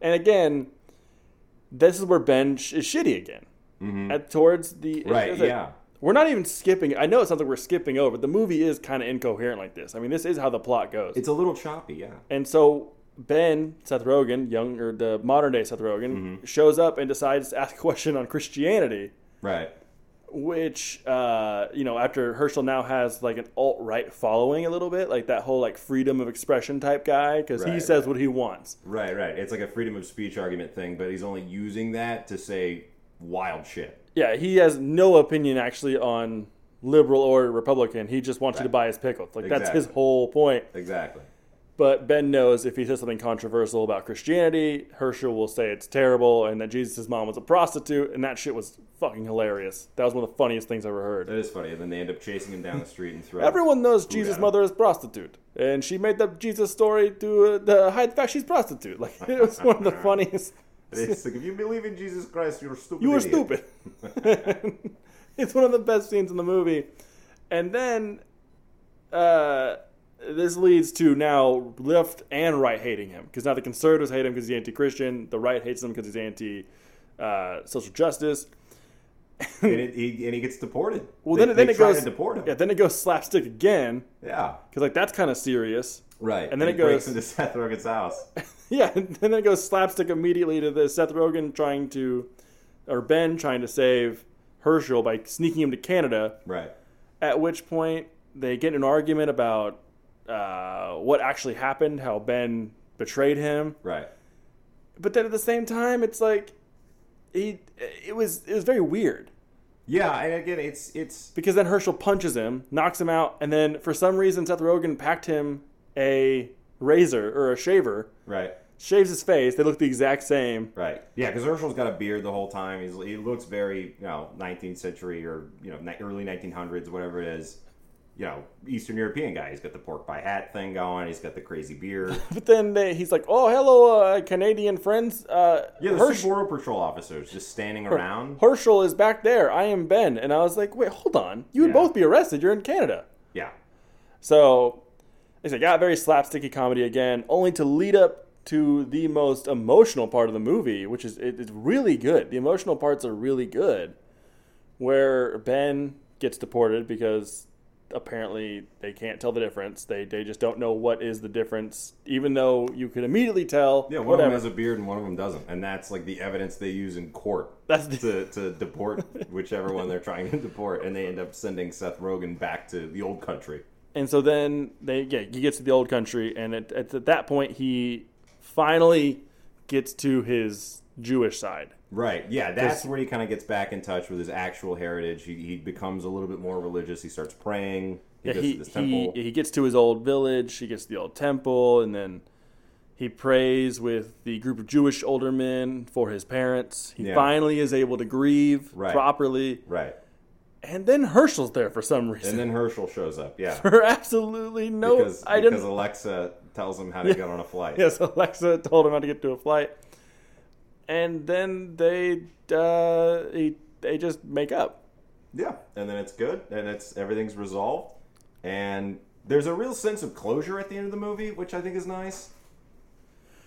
S6: and again, this is where Ben sh- is shitty again. At, towards the.
S5: Mm-hmm. Right,
S6: is it-
S5: yeah.
S6: We're not even skipping. I know it sounds like we're skipping over. The movie is kind of incoherent like this. I mean, this is how the plot goes.
S5: It's a little choppy, yeah.
S6: And so Ben, Seth Rogen, young or the modern day Seth Rogen,
S5: Mm-hmm.
S6: shows up and decides to ask a question on Christianity,
S5: Right.
S6: which uh, you know, after Herschel now has like an alt right following a little bit, like that whole like freedom of expression type guy, because he
S5: Right,
S6: says what he wants.
S5: Right, right. It's like a freedom of speech argument thing, but he's only using that to say wild shit.
S6: Yeah, he has no opinion actually on liberal or Republican. He just wants you to buy his pickles. Like that's his
S5: Exactly.
S6: whole point.
S5: Exactly.
S6: But Ben knows if he says something controversial about Christianity, Herschel will say it's terrible and that Jesus' mom was a prostitute, and that shit was fucking hilarious. That was one of the funniest things I ever heard.
S5: That is funny. And then they end up chasing him down the street and throwing
S6: Everyone knows
S5: Who
S6: Jesus'
S5: dat?
S6: mother is prostitute, and she made up Jesus' story to uh, the, hide the fact she's prostitute. Like it was one of the funniest.
S5: It's like if you believe in Jesus Christ, you're a stupid.
S6: You were
S5: idiot.
S6: stupid. it's one of the best scenes in the movie. And then uh, this leads to now left and right hating him because now the conservatives hate him because he's anti-Christian, the right hates him because he's anti uh, social justice.
S5: And, it, he, and he gets deported.
S6: Well,
S5: They-
S6: then
S5: they
S6: then it
S5: try
S6: goes
S5: to deport him.
S6: yeah, then it goes slapstick again
S5: Yeah.
S6: because like that's kind of serious.
S5: Right.
S6: And then
S5: he
S6: it goes-
S5: breaks into Seth Rogen's house.
S6: Yeah, and then it goes slapstick immediately to the Seth Rogen trying to, or Ben trying to save Herschel by sneaking him to Canada.
S5: Right.
S6: At which point they get in an argument about uh, what actually happened, how Ben betrayed him.
S5: Right.
S6: But then at the same time, it's like he it was it was very weird
S5: Yeah, and again, it's it's
S6: because then Herschel punches him, knocks him out, and then for some reason Seth Rogen packed him a razor or a shaver,
S5: right,
S6: shaves his face. They look the exact same.
S5: right. Yeah, because Herschel's got a beard the whole time. He's, he looks very you know 19th century or you know ni- early 1900s, whatever it is. You know, Eastern European guy. He's got the pork pie hat thing going. He's got the crazy beard.
S6: But then they, he's like, "Oh, hello, uh, Canadian friends." Uh,
S5: Yeah, there's
S6: Hersch-
S5: two border patrol officers just standing around.
S6: Herschel is back there. I am Ben, and I was like, "Wait, hold on. You would
S5: Yeah.
S6: both be arrested. You're in Canada."
S5: Yeah,
S6: So it's like, yeah, very slapsticky comedy again, only to lead up to the most emotional part of the movie, which is it, it's really good. The emotional parts are really good, where Ben gets deported because apparently they can't tell the difference. They they just don't know what is the difference, even though you could immediately tell.
S5: yeah. One of them
S6: whatever.
S5: has a beard and one of them doesn't, and that's like the evidence they use in court
S6: That's the-
S5: to to deport whichever one they're trying to deport, and they end up sending Seth Rogen back to the old country.
S6: And so then they yeah, he gets to the old country, and at, at, at that point he finally gets to his Jewish side.
S5: Right. Yeah, that's
S6: Just-
S5: where he kind of gets back in touch with his actual heritage. He, he becomes a little bit more religious. He starts praying. He
S6: Yeah,
S5: goes
S6: he,
S5: to this
S6: he,
S5: temple.
S6: he gets to his old village, he gets to the old temple, and then he prays with the group of Jewish older men for his parents. He
S5: Yeah.
S6: finally is able to grieve
S5: Right.
S6: properly.
S5: right.
S6: And then Herschel's there for some
S5: And
S6: reason.
S5: then Herschel shows up. Yeah.
S6: for absolutely no
S5: because,
S6: I
S5: because
S6: didn't
S5: Alexa tells him how to get on a flight.
S6: Yes, Alexa told him how to get to a flight. And then they uh, he, they just make up.
S5: Yeah, and then it's good, and it's everything's resolved, and there's a real sense of closure at the end of the movie, which I think is nice.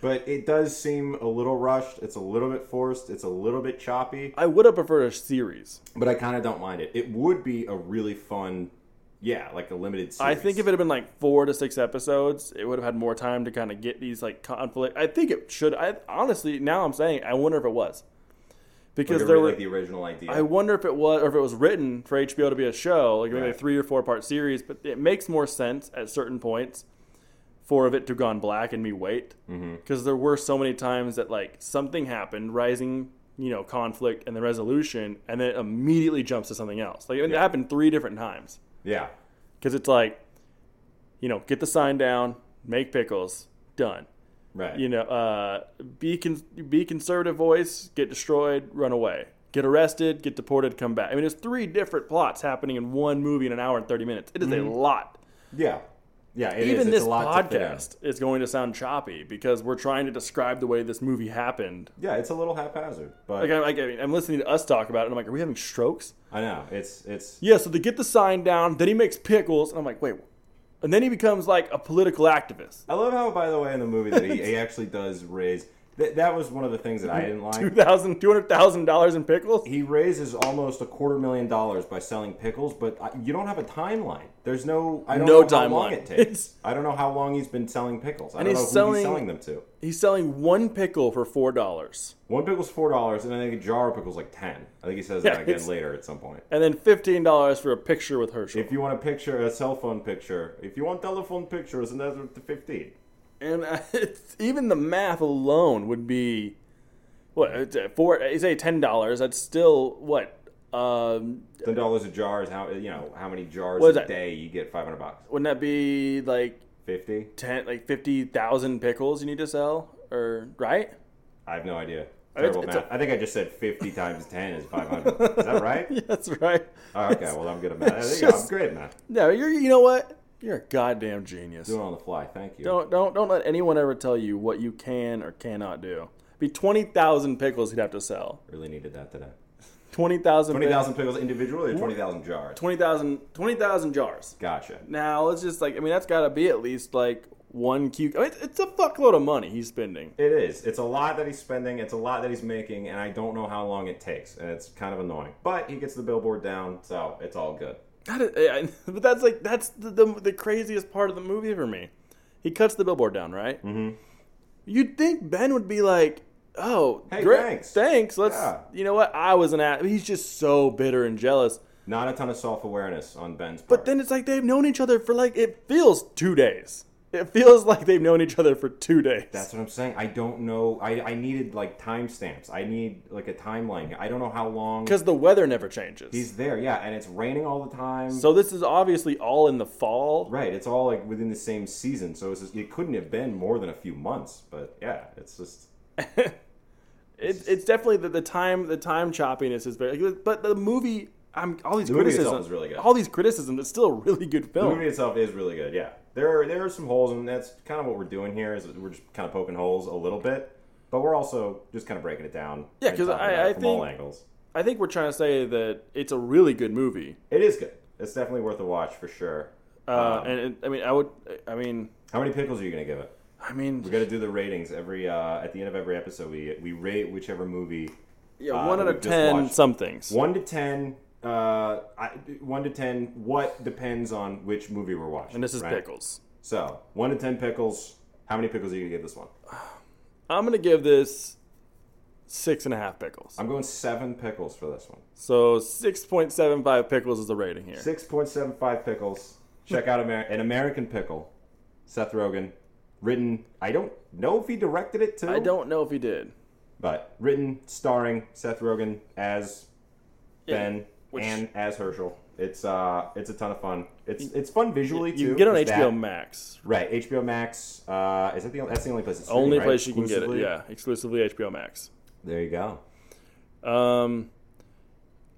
S5: But it does seem a little rushed. It's a little bit forced. It's a little bit choppy.
S6: I would have preferred a series.
S5: But I kind of don't mind it. It would be a really fun, yeah, like a limited. Series.
S6: I think if it had been like four to six episodes, it would have had more time to kind of get these like conflict. I think it should. I honestly now I'm saying I wonder if it was because
S5: Like a
S6: there
S5: re-
S6: were.
S5: like the original idea.
S6: I wonder if it was or if it was written for HBO to be a show, like maybe a
S5: Right.
S6: three or four part series. But it makes more sense at certain points for of it to have gone black and me wait
S5: Mm-hmm.
S6: because there were so many times that like something happened, rising you know conflict and the resolution, and then it immediately jumps to something else. Like it happened three different times
S5: yeah,
S6: because it's like, you know, get the sign down, make pickles, done.
S5: right.
S6: You know, uh, be con- be conservative voice, get destroyed, run away, get arrested, get deported, come back. I mean, there's three different plots happening in one movie in an hour and thirty minutes. It is a lot.
S5: yeah, yeah. Mm-hmm. it is.
S6: Even
S5: It's
S6: this
S5: a lot to fit in.
S6: podcast is going to sound choppy because we're trying to describe the way this movie happened.
S5: Yeah, it's a little haphazard, but
S6: Like, I'm, like, I mean, I'm listening to us talk about it, and I'm like, are we having strokes?
S5: I know it's it's
S6: Yeah, so they get the sign down, then he makes pickles, and I'm like, wait. And then he becomes like a political activist.
S5: I love how, by the way, in the movie that he, he actually does raise. Th- that was one of the things that I didn't like.
S6: $2,000 $200,000 in pickles?
S5: He raises almost a quarter million dollars by selling pickles, but I, you don't have a timeline. There's no I don't
S6: No
S5: know how long
S6: timeline.
S5: it takes.
S6: It's-
S5: I don't know how long he's been selling pickles. I
S6: And
S5: don't know
S6: he's
S5: who
S6: selling-
S5: he's selling them to.
S6: He's selling one pickle for $4.
S5: One pickle's four dollars, and I think a jar of pickles like ten. I think he says
S6: Yeah,
S5: that
S6: it's-
S5: again later at some point.
S6: And then $15 for a picture with Herschel.
S5: If you want a picture, a cell phone picture. If you want telephone pictures, and that's the fifteen.
S6: And uh, it's, even the math alone would be what it's, uh, four. You say ten dollars. That's still what. Um,
S5: Ten dollars a jar is how you know how many jars
S6: What
S5: a
S6: is that?
S5: day you get five hundred bucks.
S6: wouldn't that be like
S5: Fifty?
S6: ten, like fifty thousand pickles you need to sell, or right?
S5: I have no idea.
S6: It's-
S5: Terrible
S6: it's
S5: math.
S6: a-
S5: I think I just said fifty times ten is five hundred. is that right?
S6: That's right.
S5: Oh, okay, well I'm good at math. I
S6: It's
S5: think I'm
S6: just-
S5: great at math.
S6: No, you're. You know what? You're a goddamn genius.
S5: Doing it on the fly. Thank you.
S6: Don't don't don't let anyone ever tell you what you can or cannot do. Be twenty thousand pickles he'd have to sell.
S5: Really needed that today.
S6: Twenty thousand.
S5: Twenty thousand pickles individually or twenty thousand jars.
S6: Twenty thousand. Twenty thousand jars.
S5: Gotcha.
S6: Now it's just like I mean that's got to be at least like one Q. I mean, it's- it's a fuckload of money he's spending.
S5: It is. It's a lot that he's spending. It's a lot that he's making, and I don't know how long it takes, and it's kind of annoying. But he gets the billboard down, so it's all good.
S6: That is, I- I- but that's like that's the, the the craziest part of the movie for me. He cuts the billboard down, right? Mm-hmm. You'd think Ben would be like, "Oh,
S5: Hey,
S6: great,
S5: thanks.
S6: thanks. Let's,
S5: Yeah.
S6: you know what? I was an ass. He's just so bitter and jealous.
S5: Not a ton of self awareness on Ben's part.
S6: But then it's like they've known each other for like it feels two days. It feels like they've known each other for two days.
S5: that's what I'm saying. I don't know. I, I needed like timestamps. I need like a timeline. here. I don't know how long
S6: because the weather never changes.
S5: he's there. Yeah, and it's raining all the time.
S6: so this is obviously all in the fall.
S5: right, it's all like within the same season. So it's just, it couldn't have been more than a few months. But yeah, it's just
S6: It, it's definitely the, the time the time choppiness is very but the movie I'm all these
S5: The movie itself
S6: criticisms
S5: is really good.
S6: all these criticisms it's still a really good
S5: The
S6: film
S5: movie itself is really good. Yeah, there are there are some holes, and that's kind of what we're doing here. Is we're just kind of poking holes a little bit, but we're also just kind of breaking it down.
S6: Yeah,
S5: and
S6: 'cause
S5: talking
S6: I-
S5: about it
S6: I
S5: from all
S6: think-
S5: angles,
S6: I think we're trying to say that it's a really good movie
S5: it is good. It's definitely worth a watch for sure.
S6: uh,
S5: Um,
S6: and it, I mean I would I mean
S5: How many pickles are you gonna give it?
S6: I mean
S5: We got to do the ratings every uh, at the end of every episode. We we rate whichever movie.
S6: yeah,
S5: uh,
S6: one out
S5: we've
S6: of
S5: just
S6: ten
S5: watched.
S6: some things
S5: One to ten. Uh, I, one to ten. What depends on which movie we're watching.
S6: and this is
S5: right?
S6: pickles
S5: So one to ten pickles. How many pickles are you gonna give this one?
S6: I'm gonna give this six and a half pickles
S5: I'm going seven pickles for this one.
S6: so six point seven five pickles is the rating here
S5: Six point seven five pickles. Check out Amer- an American pickle. Seth Rogen, written. I don't know if he directed it too.
S6: I don't know if he did
S5: But written, starring Seth Rogen as Ben
S6: which-
S5: and as Herschel. It's uh, it's a ton of fun. It's it's fun visually too.
S6: you can get on
S5: It's
S6: HBO
S5: that-
S6: Max
S5: Right, HBO Max. Uh, is that the only, that's the only place? It's streaming,
S6: only
S5: right?
S6: place you can get it
S5: Exclusively?
S6: yeah exclusively HBO Max.
S5: There you go.
S6: Um,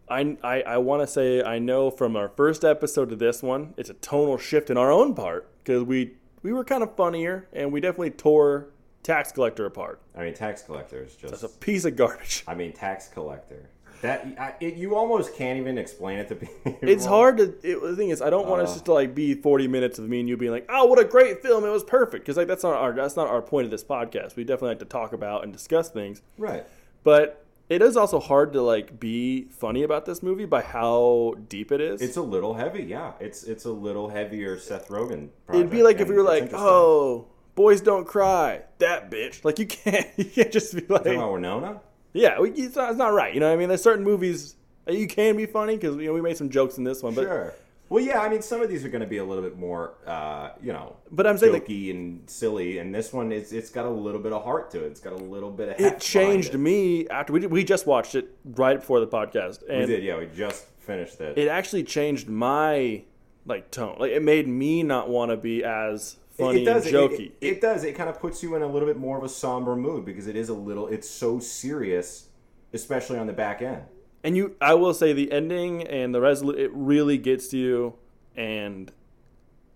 S6: I I, I want to say I know from our first episode to this one, it's a tonal shift in our own part because we we were kind of funnier and we definitely tore tax collector apart.
S5: I mean, tax collectors just.
S6: It's a piece of garbage.
S5: I mean, tax collector. That I, it, you almost can't even explain it to people.
S6: It's hard to. It, the thing is, I don't want
S5: Uh-huh.
S6: us just to like be forty minutes of me and you being like, "Oh, what a great film! It was perfect." Because like that's not our that's not our point of this podcast. We definitely like to talk about and discuss things.
S5: Right.
S6: But it is also hard to like be funny about this movie by how deep it is.
S5: It's a little heavy, yeah. It's it's a little heavier Seth Rogen.
S6: It'd be
S5: project,
S6: like if
S5: and
S6: we were
S5: it's
S6: like,
S5: interesting.
S6: "Oh, boys don't cry." That bitch. Like you can't, you can't just be like,
S5: Talking about Winona?
S6: "Yeah, we, it's, not, it's not right." You know what I mean? There's certain movies that you can be funny because you know we made some jokes in this one, but
S5: sure. Well, yeah. I mean, some of these are going to be a little bit more, uh, you know,
S6: but I'm saying like,
S5: jokey and silly, and this one is it's got a little bit of heart to it. It's got a little bit of. heft
S6: it
S5: behind
S6: changed
S5: It.
S6: me after we we just watched it right before the podcast,
S5: We
S6: and
S5: did, yeah. We just finished that.
S6: it actually changed my like tone. Like it made me not want to be as funny and jokey.
S5: It, it does. It kind of puts you in a little bit more of a somber mood because it is a little. It's so serious, especially on the back end.
S6: and you i will say the ending and the resolu it really gets to you and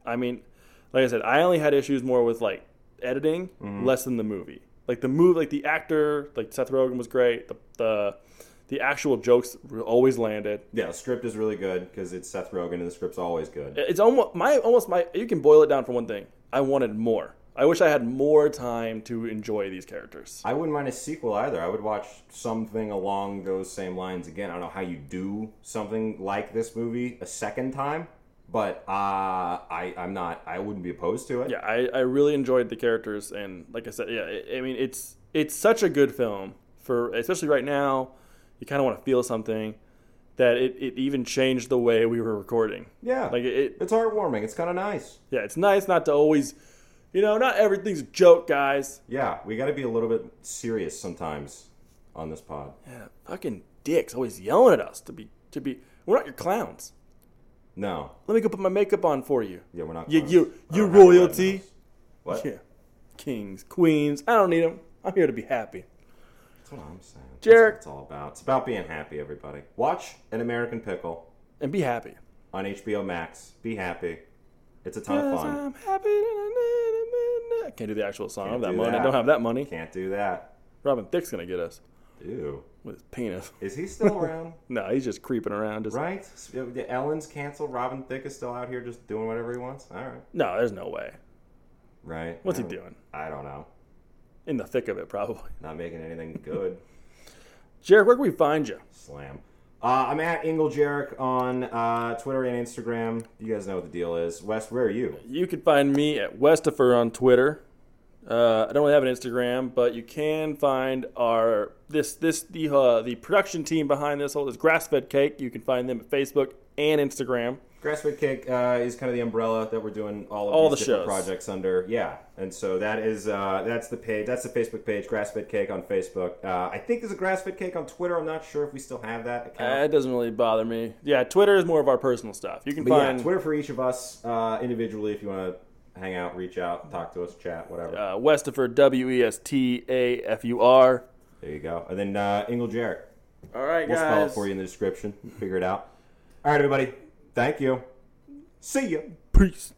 S6: i mean like i said i only had issues more with like editing
S5: Mm-hmm.
S6: less than the movie like the move like the actor like seth rogen was great the the, the actual jokes were always landed
S5: Yeah, the script is really good because it's Seth Rogen, and the script's always good.
S6: it's almost my almost my you can boil it down for one thing i wanted more I wish I had more time to enjoy these characters.
S5: I wouldn't mind a sequel either. I would watch something along those same lines again. I don't know how you do something like this movie a second time, but uh, I I'm not. I wouldn't be opposed to it.
S6: Yeah, I, I really enjoyed the characters, and like I said, yeah, I, I mean it's it's such a good film for especially right now. You kind of want to feel something that it, it even changed the way we were recording.
S5: Yeah.
S6: Like it,
S5: It's heartwarming. It's kind of nice.
S6: yeah, it's nice not to always, you know, not everything's a joke, guys.
S5: Yeah, we got to be a little bit serious sometimes on this pod.
S6: Yeah, fucking dicks always yelling at us to be to be. We're not your clowns.
S5: No,
S6: Let me go put my makeup on for you.
S5: yeah, we're not.
S6: You-
S5: clowns.
S6: you-
S5: I
S6: you
S5: don't have a red
S6: royalty.
S5: nose. What?
S6: Yeah. Kings, queens. I don't need them. I'm here to be happy.
S5: That's what I'm saying. That's
S6: Jarek.
S5: what it's all about. It's about being happy, everybody. Watch An American Pickle
S6: And be happy.
S5: on HBO Max. Be happy. It's a ton of
S6: Yes,
S5: fun.
S6: I'm happy. I can't do the actual song. I don't
S5: Can't
S6: have that
S5: do
S6: money. I
S5: that.
S6: don't have that money.
S5: Can't do that.
S6: Robin Thicke's gonna get us
S5: Ew.
S6: with his penis.
S5: Is he still around?
S6: No, he's just creeping around. Just
S5: right? S- The Ellen's canceled. Robin Thicke is still out here just doing whatever he wants. All right.
S6: no, there's no way.
S5: Right.
S6: What's
S5: I
S6: he
S5: don't-
S6: doing?
S5: I don't know.
S6: In the thick of it, probably.
S5: Not making anything good.
S6: Jared, where can we find you?
S5: Slam. Uh, I'm at Ingle Jarek on uh, Twitter and Instagram. You guys know what the deal is. Wes, where are you?
S6: You can find me at Westifer on Twitter. Uh, I don't really have an Instagram, but you can find our this this the uh, the production team behind this whole this grass fed cake. You can find them at Facebook and Instagram.
S5: Grassfed Kick uh, is kind of the umbrella that we're doing all of
S6: All
S5: these
S6: the
S5: different
S6: shows.
S5: projects under. Yeah, and so that is uh, that's the page. That's the Facebook page. Grassfed Cake on Facebook. Uh, I think there's a Grassfed Cake on Twitter. I'm not sure if we still have that account.
S6: Uh, it doesn't really bother me. Yeah, Twitter is more of our personal stuff. You can
S5: But
S6: find
S5: yeah, Twitter for each of us uh, individually if you want to hang out, reach out, talk to us, chat, whatever.
S6: uh, Westifer W E S T A F U R.
S5: There you go. And then uh, Ingle Jarrett.
S6: All right,
S5: We'll
S6: guys.
S5: spell it for you in the description. Figure it out. All right, everybody. Thank you. See you.
S6: Peace.